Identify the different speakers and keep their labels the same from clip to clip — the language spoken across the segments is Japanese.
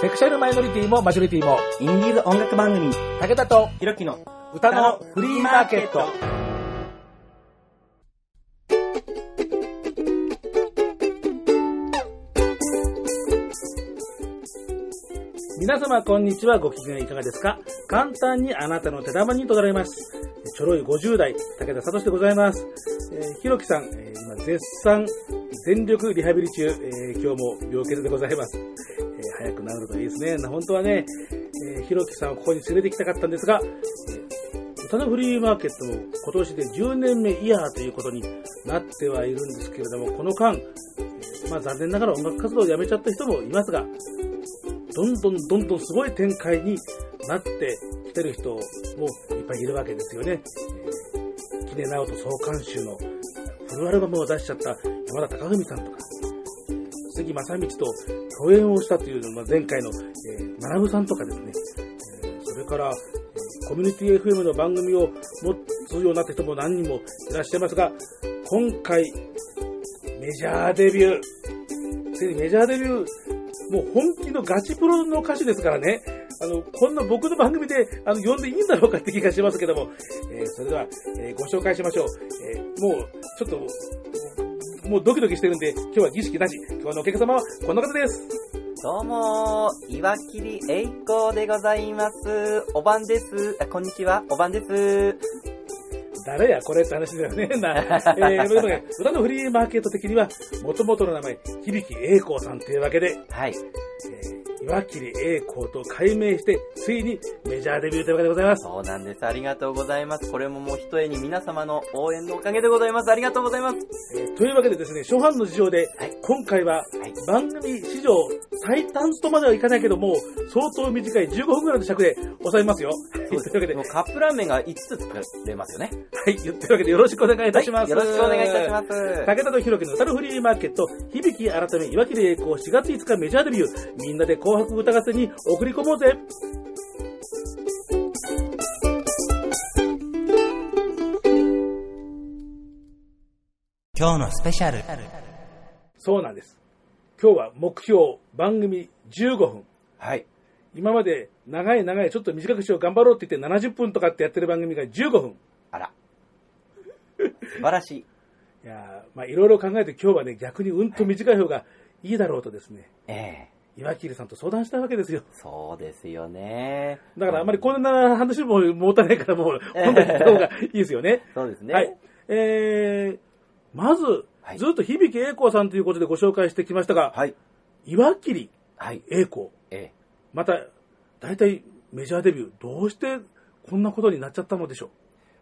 Speaker 1: セクシャルマイノリティもマジョリティも、
Speaker 2: インディーズ音楽番組、
Speaker 1: 武田と
Speaker 2: ひろきの
Speaker 1: 歌のフリーマーケット。皆様こんにちは、ご機嫌いかがですか簡単にあなたの手玉にとられます。ちょろい50代、武田聡でございます。えーひろきさん、えー今絶賛全力リハビリ中、えー今日も病欠でございます。えー早く治るといいですね。な本当はね、えーひろきさんをここに連れてきたかったんですが、えー歌のフリーマーケットも今年で10年目イヤーということになってはいるんですけれども、この間、えーまあ残念ながら音楽活動をやめちゃった人もいますが、どんどんどんどんすごい展開になってきてる人もいっぱいいるわけですよね。えーキネナオト総監修のフルアルバムを出しちゃった山田隆文さんとか、杉正道と共演をしたというのが前回の、えー、学さんとかですね、えーそれから、えーコミュニティ FM の番組を持つようになった人も何人もいらっしゃいますが、今回、メジャーデビュー。ついにメジャーデビュー、もう本気のガチプロの歌手ですからね、あの、こんな僕の番組で、あの、呼んでいいんだろうかって気がしますけども、えーそれでは、えーご紹介しましょう。えーもう、ちょっと、もうドキドキしてるんで、今日は儀式なし。今日のお客様はこの方です。
Speaker 2: どうもー、岩切栄子でございます。おばんです。あ、こんにちは、おばんです。
Speaker 1: 誰やこれって話だよね。 な、えー、でもね、歌のフリーマーケット的には、元々の名前、響栄光さんというわけで、
Speaker 2: はい。
Speaker 1: えー岩切栄光と改名して、ついにメジャーデビューというわけでございます。
Speaker 2: そうなんです。ありがとうございます。これももう一重に皆様の応援のおかげでございます。ありがとうございます。
Speaker 1: えーというわけでですね、初版の事情で、
Speaker 2: はい
Speaker 1: 今回は
Speaker 2: はい。
Speaker 1: 番組史上最短とまではいかないけども、相当短い15分ぐらいの尺で収めますよ。というわけで、
Speaker 2: も
Speaker 1: は
Speaker 2: うカップラーメンが5つ作れますよね。
Speaker 1: い、言ってるわけでよろしくお願いいたします。
Speaker 2: よろしくお願いいたします。
Speaker 1: 武田とひろきの歌のフリーマーケット、響き改め岩切栄光4月5日メジャーデビュー、みんなで紅白歌合戦に送り込もうぜ
Speaker 2: 今日のスペシャル。
Speaker 1: そうなんです。今日は目標、番組15分。
Speaker 2: はい。
Speaker 1: 今まで長い長い、ちょっと短くしよう、頑張ろうって言って70分とかってやってる番組が15分。
Speaker 2: あら。素晴らしい。
Speaker 1: いやーまあいろいろ考えて今日はね、逆にうんと短い方がいいだろうとですね、
Speaker 2: ええ
Speaker 1: 岩切さんと相談したわけですよ。
Speaker 2: そうですよね。
Speaker 1: だからあんまりこんな話も持たないからもう、本題行った方がいいですよね。
Speaker 2: そうですね。
Speaker 1: はい。えー、まず、
Speaker 2: はい
Speaker 1: ずっと響栄光さんということでご紹介してきましたが、
Speaker 2: はい。
Speaker 1: 岩切
Speaker 2: はい。
Speaker 1: 栄光、
Speaker 2: ええ。
Speaker 1: また、大体メジャーデビュー、どうしてこんなことになっちゃったのでしょ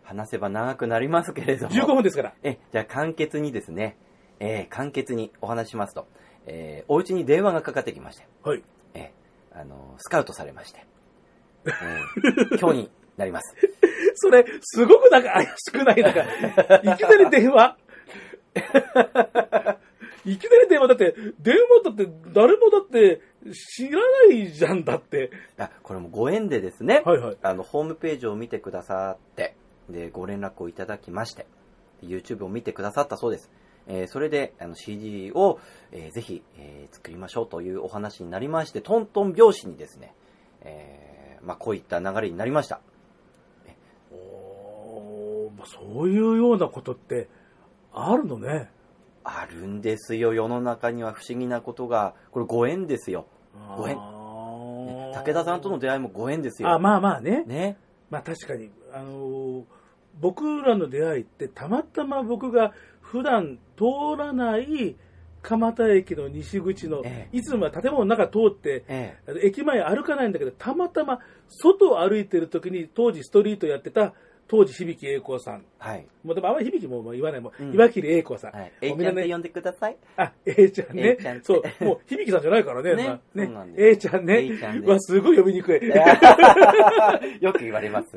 Speaker 2: 話せば長くなりますけれ
Speaker 1: う。
Speaker 2: ども。
Speaker 1: 15分ですから。
Speaker 2: え、じゃあ簡潔にですね、えー簡潔にお話ししますと、えーお家に電話がかかってきまして、
Speaker 1: はい。
Speaker 2: えーあのースカウトされまして、え ー今日になります。
Speaker 1: それ、すごくなんか怪しくないなんか、いきなり電話。いきなり電話だって、電話だって、誰もだって、知らないじゃんだって。
Speaker 2: あ、これもご縁でですね、
Speaker 1: はいはい。
Speaker 2: あの、ホームページを見てくださって、で、ご連絡をいただきまして、YouTube を見てくださったそうです。えーそれで、あの、CD を、えーぜひ、えー作りましょうというお話になりまして、トントン拍子にですね、えーまあ、こういった流れになりました。
Speaker 1: おーまあそういうようなことって、あるのね。
Speaker 2: あるんですよ。世の中には不思議なことが、これご縁ですよ。ご縁
Speaker 1: ん
Speaker 2: 武田さんとの出会いもご縁ですよ。
Speaker 1: あ、まあまあね。
Speaker 2: ね。
Speaker 1: まあ確かに、あのー僕らの出会いって、たまたま僕が普段通らない蒲田駅の西口の
Speaker 2: え、
Speaker 1: いつもは建物の中通って、
Speaker 2: ええ。
Speaker 1: あの駅前歩かないんだけど、たまたま外を歩いてる時に、当時ストリートやってた、当時響栄光さん。
Speaker 2: はい。
Speaker 1: もうでもあんまり響ももう言わない、もう、
Speaker 2: うん
Speaker 1: 岩切栄光さん。
Speaker 2: はい。
Speaker 1: も
Speaker 2: A
Speaker 1: う
Speaker 2: ち
Speaker 1: みんな
Speaker 2: ゃ
Speaker 1: ん
Speaker 2: と
Speaker 1: ね、
Speaker 2: 呼んでください。
Speaker 1: あ、A ちゃんね
Speaker 2: A ちゃん。って
Speaker 1: そう、もう響さんじゃないからね。
Speaker 2: ね
Speaker 1: まあ
Speaker 2: そうなんで
Speaker 1: A
Speaker 2: す
Speaker 1: ちゃんね
Speaker 2: A ちゃん。ね
Speaker 1: うわ、すごい呼びにくい。
Speaker 2: よく言われます。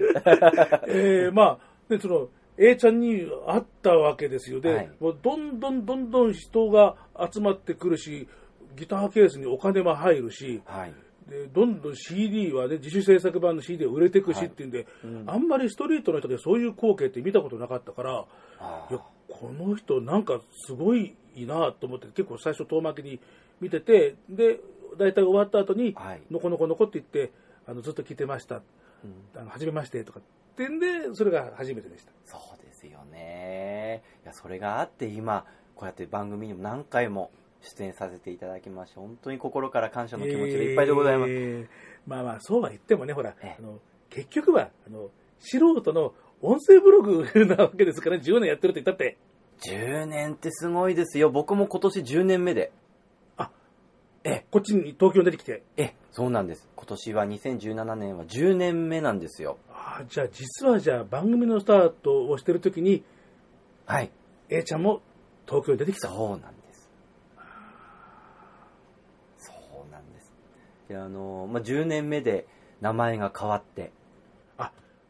Speaker 1: えー、まあ、で、その、A ちゃんに会ったわけですよ。で、
Speaker 2: はい
Speaker 1: もうどんどんどんどん人が集まってくるし、ギターケースにお金も入るし、
Speaker 2: はい。
Speaker 1: でどんどん CD はね、自主制作版の CD は売れてくしっていうんで、
Speaker 2: うん
Speaker 1: あんまりストリートの人でそういう光景って見たことなかったから、
Speaker 2: あ
Speaker 1: いや
Speaker 2: ー、
Speaker 1: この人なんかすごいいいなと思って、結構最初遠巻きに見てて、で、大体終わった後に、
Speaker 2: はい。
Speaker 1: のこのこのこって言って、あのずっと聞いてました。
Speaker 2: うん
Speaker 1: あの、初めましてとかってんで、それが初めてでした。
Speaker 2: そうですよね。いや、それがあって今、こうやって番組にも何回も出演させていただきまして、本当に心から感謝の気持ちでいっぱいでございます。
Speaker 1: えーまあまあ、そうは言ってもね、ほら、
Speaker 2: ええ
Speaker 1: あの結局はあの、素人の音声ブログなわけですから、10年やってるって言ったって、
Speaker 2: 10年ってすごいですよ。僕も今年10年目で。
Speaker 1: あ
Speaker 2: え
Speaker 1: こっちに東京に出てきて、
Speaker 2: え、え、そうなんです。今年は2017年は10年目なんですよ。
Speaker 1: ああ、じゃあ、実はじゃあ、番組のスタートをしてるときに、
Speaker 2: はい。
Speaker 1: A ちゃんも東京に出てきた。
Speaker 2: そうなんです。そうなんです。で、あの、まあ、10年目で名前が変わって、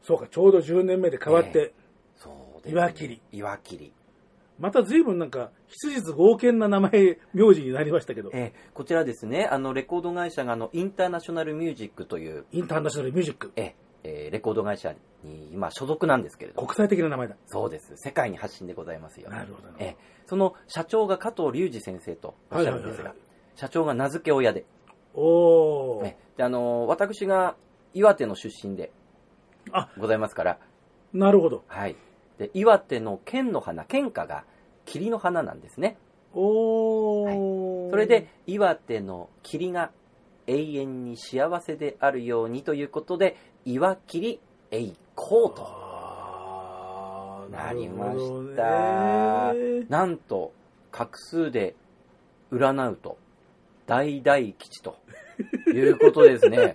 Speaker 1: そうか、ちょうど10年目で変わって、
Speaker 2: えそうです、
Speaker 1: 岩切。
Speaker 2: 岩切。
Speaker 1: また随分なんか、質実剛健な名前、名字になりましたけど、
Speaker 2: えーこちらですね、あの、レコード会社が、あの、インターナショナルミュージックという、
Speaker 1: インターナショナルミュージック、
Speaker 2: えーえーレコード会社に今所属なんですけれども、
Speaker 1: 国際的な名前だ。
Speaker 2: そうです。世界に発信でございますよ。
Speaker 1: なるほどな。
Speaker 2: えーその社長が加藤隆二先生とおっしゃるんですが、
Speaker 1: はいはいはい
Speaker 2: 社長が名付け親で、
Speaker 1: おー、
Speaker 2: えーであのー私が岩手の出身で
Speaker 1: あ
Speaker 2: ございますから、
Speaker 1: なるほど。
Speaker 2: はい。で、岩手の県の花、県花が霧の花なんですね。
Speaker 1: おー、
Speaker 2: それで、岩手の霧が永遠に幸せであるようにということで、岩霧栄光と。
Speaker 1: あー
Speaker 2: なり
Speaker 1: な
Speaker 2: ました
Speaker 1: るほどね
Speaker 2: なんと、画数で占うと、大大吉ということですね。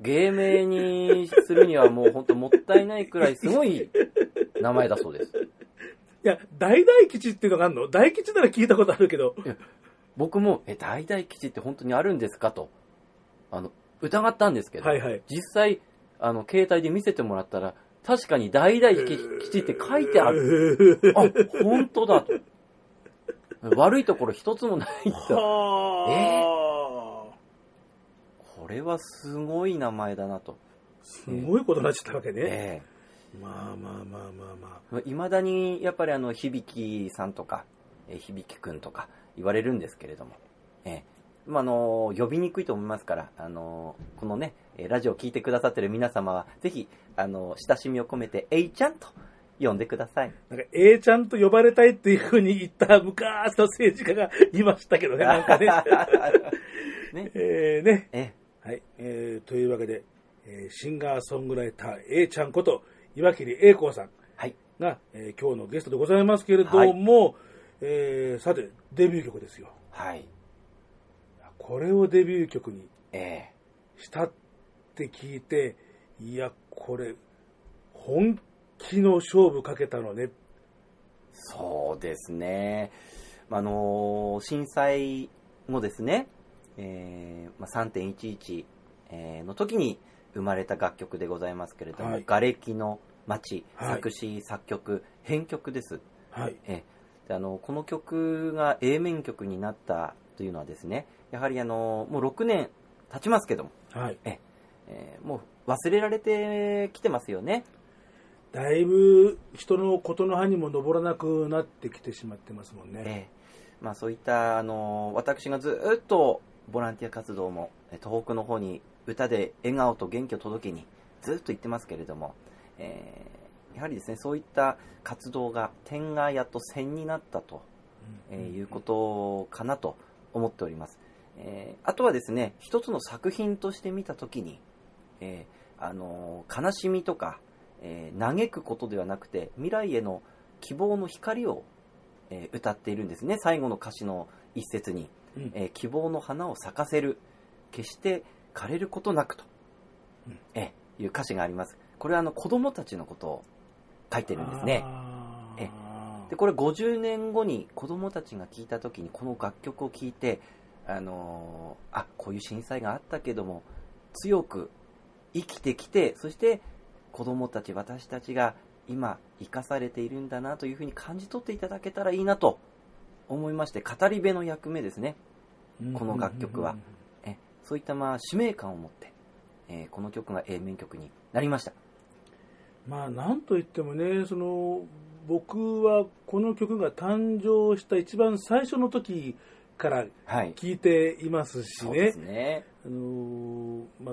Speaker 2: 芸名にするにはもう本当もったいないくらいすごい名前だそうです。
Speaker 1: いや、大大吉っていうのがあるの大吉なら聞いたことあるけど。
Speaker 2: 僕も、え、大大吉って本当にあるんですかと、あの、疑ったんですけど、
Speaker 1: はいはい。
Speaker 2: 実際、あの、携帯で見せてもらったら、確かに大々吉吉って書いてある。
Speaker 1: る。
Speaker 2: あ、本当だと。悪いところ一つもないんだ。
Speaker 1: はあ、
Speaker 2: これはすごい名前だなと。
Speaker 1: すごいことになっちゃったわけね。
Speaker 2: え
Speaker 1: まあまあまあまあま
Speaker 2: えいまだに、やっぱりあの、響さんとか、え響くんとか言われるんですけれども。ええまあ、あの、呼びにくいと思いますから、あの、このね、えラジオを聞いてくださってる皆様は、ぜひ、あの、親しみを込めて、えいちゃんと呼んでください。
Speaker 1: あ。なんか、A ちゃんと呼ばれたいっていうふうに言った昔の政治家がいましたけどね、なんかね。
Speaker 2: ね。
Speaker 1: えーね。
Speaker 2: え、
Speaker 1: はい。えーというわけで、えーシンガーソングライター A ちゃんこと、岩切栄子さん。
Speaker 2: はい。
Speaker 1: が、えー今日のゲストでございますけれども、えーさて、デビュー曲ですよ。
Speaker 2: はい。
Speaker 1: これをデビュー曲に
Speaker 2: え
Speaker 1: したって聞いて、いや、これ、本気の勝負かけたのね。
Speaker 2: えそうですね。まああのー震災後ですね、えーまあ、3.11、えーの時に生まれた楽曲でございますけれども、
Speaker 1: はい
Speaker 2: 瓦礫の街、
Speaker 1: はい
Speaker 2: 作詞、作曲、編曲です。
Speaker 1: はい。
Speaker 2: ええであのこの曲が A 面曲になったというのはですね、やはりあのもう6年経ちますけども、
Speaker 1: はい。
Speaker 2: えーもう忘れられてきてますよね。
Speaker 1: だいぶ人のことの葉にも登らなくなってきてしまってますもんね。
Speaker 2: ええまあ、そういった、あの私がずっとボランティア活動もえ東北の方に歌で笑顔と元気を届けにずっと行ってますけれども、ええやはりですねそういった活動が点がやっと線になったと、ええいうことかなと思っております、ええあとはですね一つの作品として見た時に、ええあの悲しみとか、ええ嘆くことではなくて未来への希望の光をえー歌っているんですね最後の歌詞の一節に、
Speaker 1: うん
Speaker 2: えー希望の花を咲かせる決して枯れることなくと、
Speaker 1: うん
Speaker 2: えーいう歌詞がありますこれはあの子供たちのことを書いてるんですね
Speaker 1: あー
Speaker 2: えでこれ50年後に子供たちが聴いた時にこの楽曲を聴いてあのーあこういう震災があったけども強く生きてきてそして子供たち私たちが今生かされているんだなというふうに感じ取っていただけたらいいなと思いまして語り部の役目ですねこの楽曲は。えそういったまあ使命感を持って、えーこの曲が A 面曲になりました
Speaker 1: まあ、なんといってもね、その僕はこの曲が誕生した一番最初の時から
Speaker 2: はい。
Speaker 1: 聞いていますし
Speaker 2: そう
Speaker 1: ね、
Speaker 2: ですね。
Speaker 1: あのーまあ、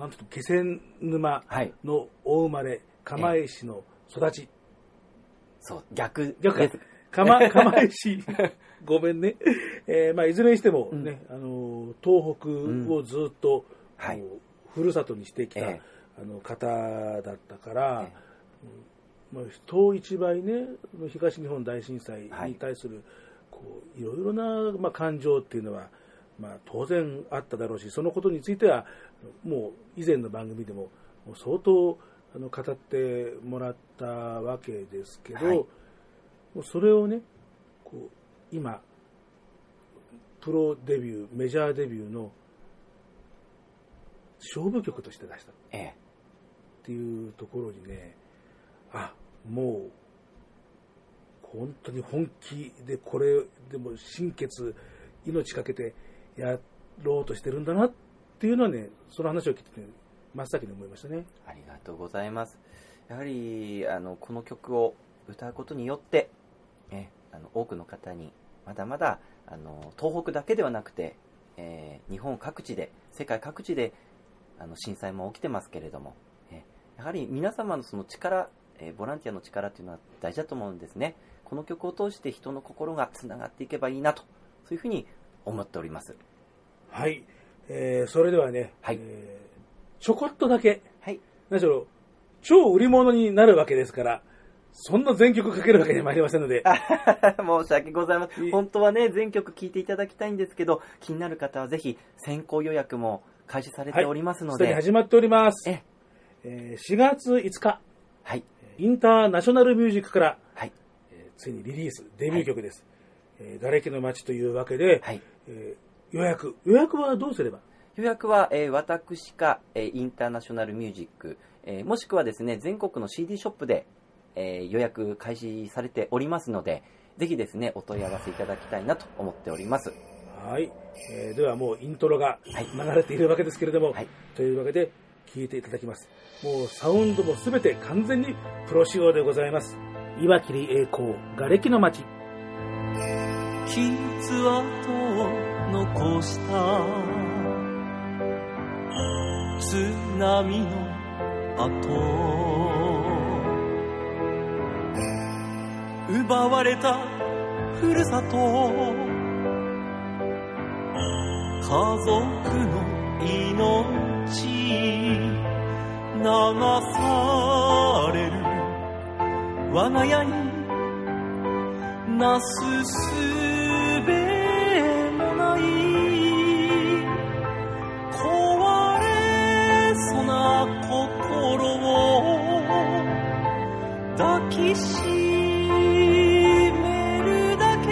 Speaker 1: なんというと気仙沼
Speaker 2: はい。
Speaker 1: の大生まれ、釜石の育ち、
Speaker 2: そう、逆。
Speaker 1: 逆か
Speaker 2: です
Speaker 1: 釜釜石、 ごめんね、えーまあ、いずれにしても、ねあのー東北をずっと、
Speaker 2: はい
Speaker 1: こうふるさとにしてきた、
Speaker 2: え
Speaker 1: あの方だったから、
Speaker 2: え
Speaker 1: まあ、人一倍ね、東日本大震災に対する、い、こういろいろな、まあ、感情っていうのは、まあ、当然あっただろうし、そのことについては、もう以前の番組でも、もう相当あの語ってもらったわけですけど、
Speaker 2: はい
Speaker 1: もうそれをね、こう今、プロデビュー、メジャーデビューの勝負曲として出した。
Speaker 2: ええ
Speaker 1: っていうところにね、あもう、本当に本気で、これでも心血、命かけてやろうとしてるんだなっていうのはね、その話を聞いてて、真っ先に思いましたね。
Speaker 2: ありがとうございます。やはり、あの、この曲を歌うことによって、ね、あの、多くの方に、まだまだ、あの、東北だけではなくて、えー日本各地で、世界各地で、あの、震災も起きてますけれども、ねやはり皆様のその力、えーボランティアの力というのは大事だと思うんですね。この曲を通して人の心がつながっていけばいいなと、そういうふうに思っております。
Speaker 1: はい。えーそれではね、
Speaker 2: はい
Speaker 1: えーちょこっとだけ、
Speaker 2: はい。
Speaker 1: 何しろ、超売り物になるわけですから、そんな全曲かけるわけにはまいりませんので、
Speaker 2: 申し訳ございません。本当はね、全曲聴いていただきたいんですけど、気になる方はぜひ先行予約も開始されておりますの
Speaker 1: す
Speaker 2: で、
Speaker 1: でに始まっております。
Speaker 2: え
Speaker 1: えー4月5日、
Speaker 2: はい、
Speaker 1: インターナショナルミュージックから、
Speaker 2: はい、
Speaker 1: えーついにリリース、デビュー曲です。えー瓦礫の街というわけで、
Speaker 2: はい。
Speaker 1: えー予約、予約はどうすれば
Speaker 2: 予約は、えー私か、えーインターナショナルミュージック、えーもしくはですね、全国の CD ショップで、えー予約開始されておりますので、ぜひですね、お問い合わせいただきたいなと思っております。
Speaker 1: はい、えーではもうイントロが
Speaker 2: はい
Speaker 1: 流れているわけですけれども、
Speaker 2: はい
Speaker 1: というわけで聴いていただきます。もうサウンドも全て完全にプロ仕様でございます。岩切栄光、瓦礫の街。
Speaker 3: 傷跡を残した津波の後奪われたふるさと家族の命流される我が家になすすべもない壊れそうな心を抱きしめるだけ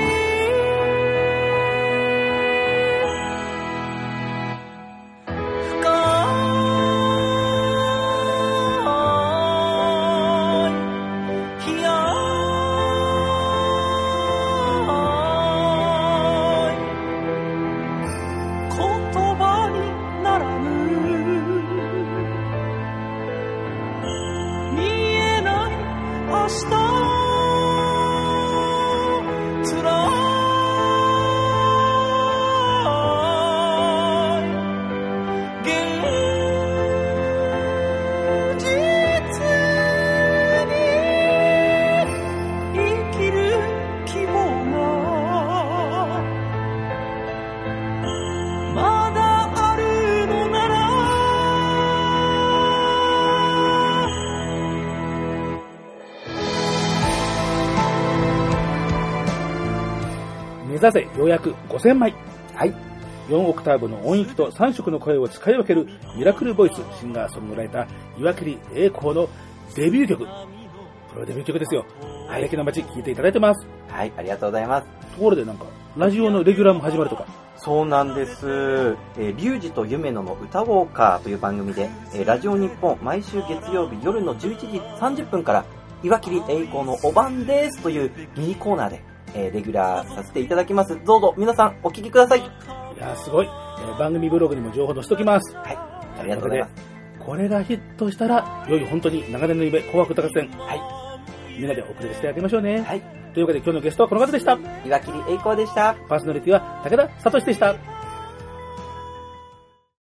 Speaker 3: 深い「言葉にならぬ」「見えない明日つらい」「現実に」生きる希望がまだあるのなら
Speaker 1: 目指せ予約5000枚。
Speaker 2: はい、
Speaker 1: 4オクターブの音域と3色の声を使い分けるミラクルボイスシンガーソングライター岩切栄光のデビュー曲、プロデビュー曲ですよ。あやきの街聴いていただいてます。
Speaker 2: はい、ありがとうございます。
Speaker 1: ところでなんか、ラジオのレギュラーも始まるとか。
Speaker 2: そうなんです。えー、リュウジと夢野の歌ウォーカーという番組で、えーラジオ日本毎週月曜日夜の11時30分から、岩切栄光のお晩ですというミニコーナーで、えーレギュラーさせていただきます。どうぞ皆さんお聞きください。
Speaker 1: いやーすごい、えー番組ブログにも情報載せときます。
Speaker 2: ありがとうございます。
Speaker 1: これがヒットしたら、良い本当に長年の夢、紅白歌合戦。
Speaker 2: はい
Speaker 1: みんなでお送りしてあげましょうね。
Speaker 2: はい。というわけで今日のゲストはこの方でした。
Speaker 1: 岩切栄光でした。
Speaker 2: パーソナリティは武田聡でした。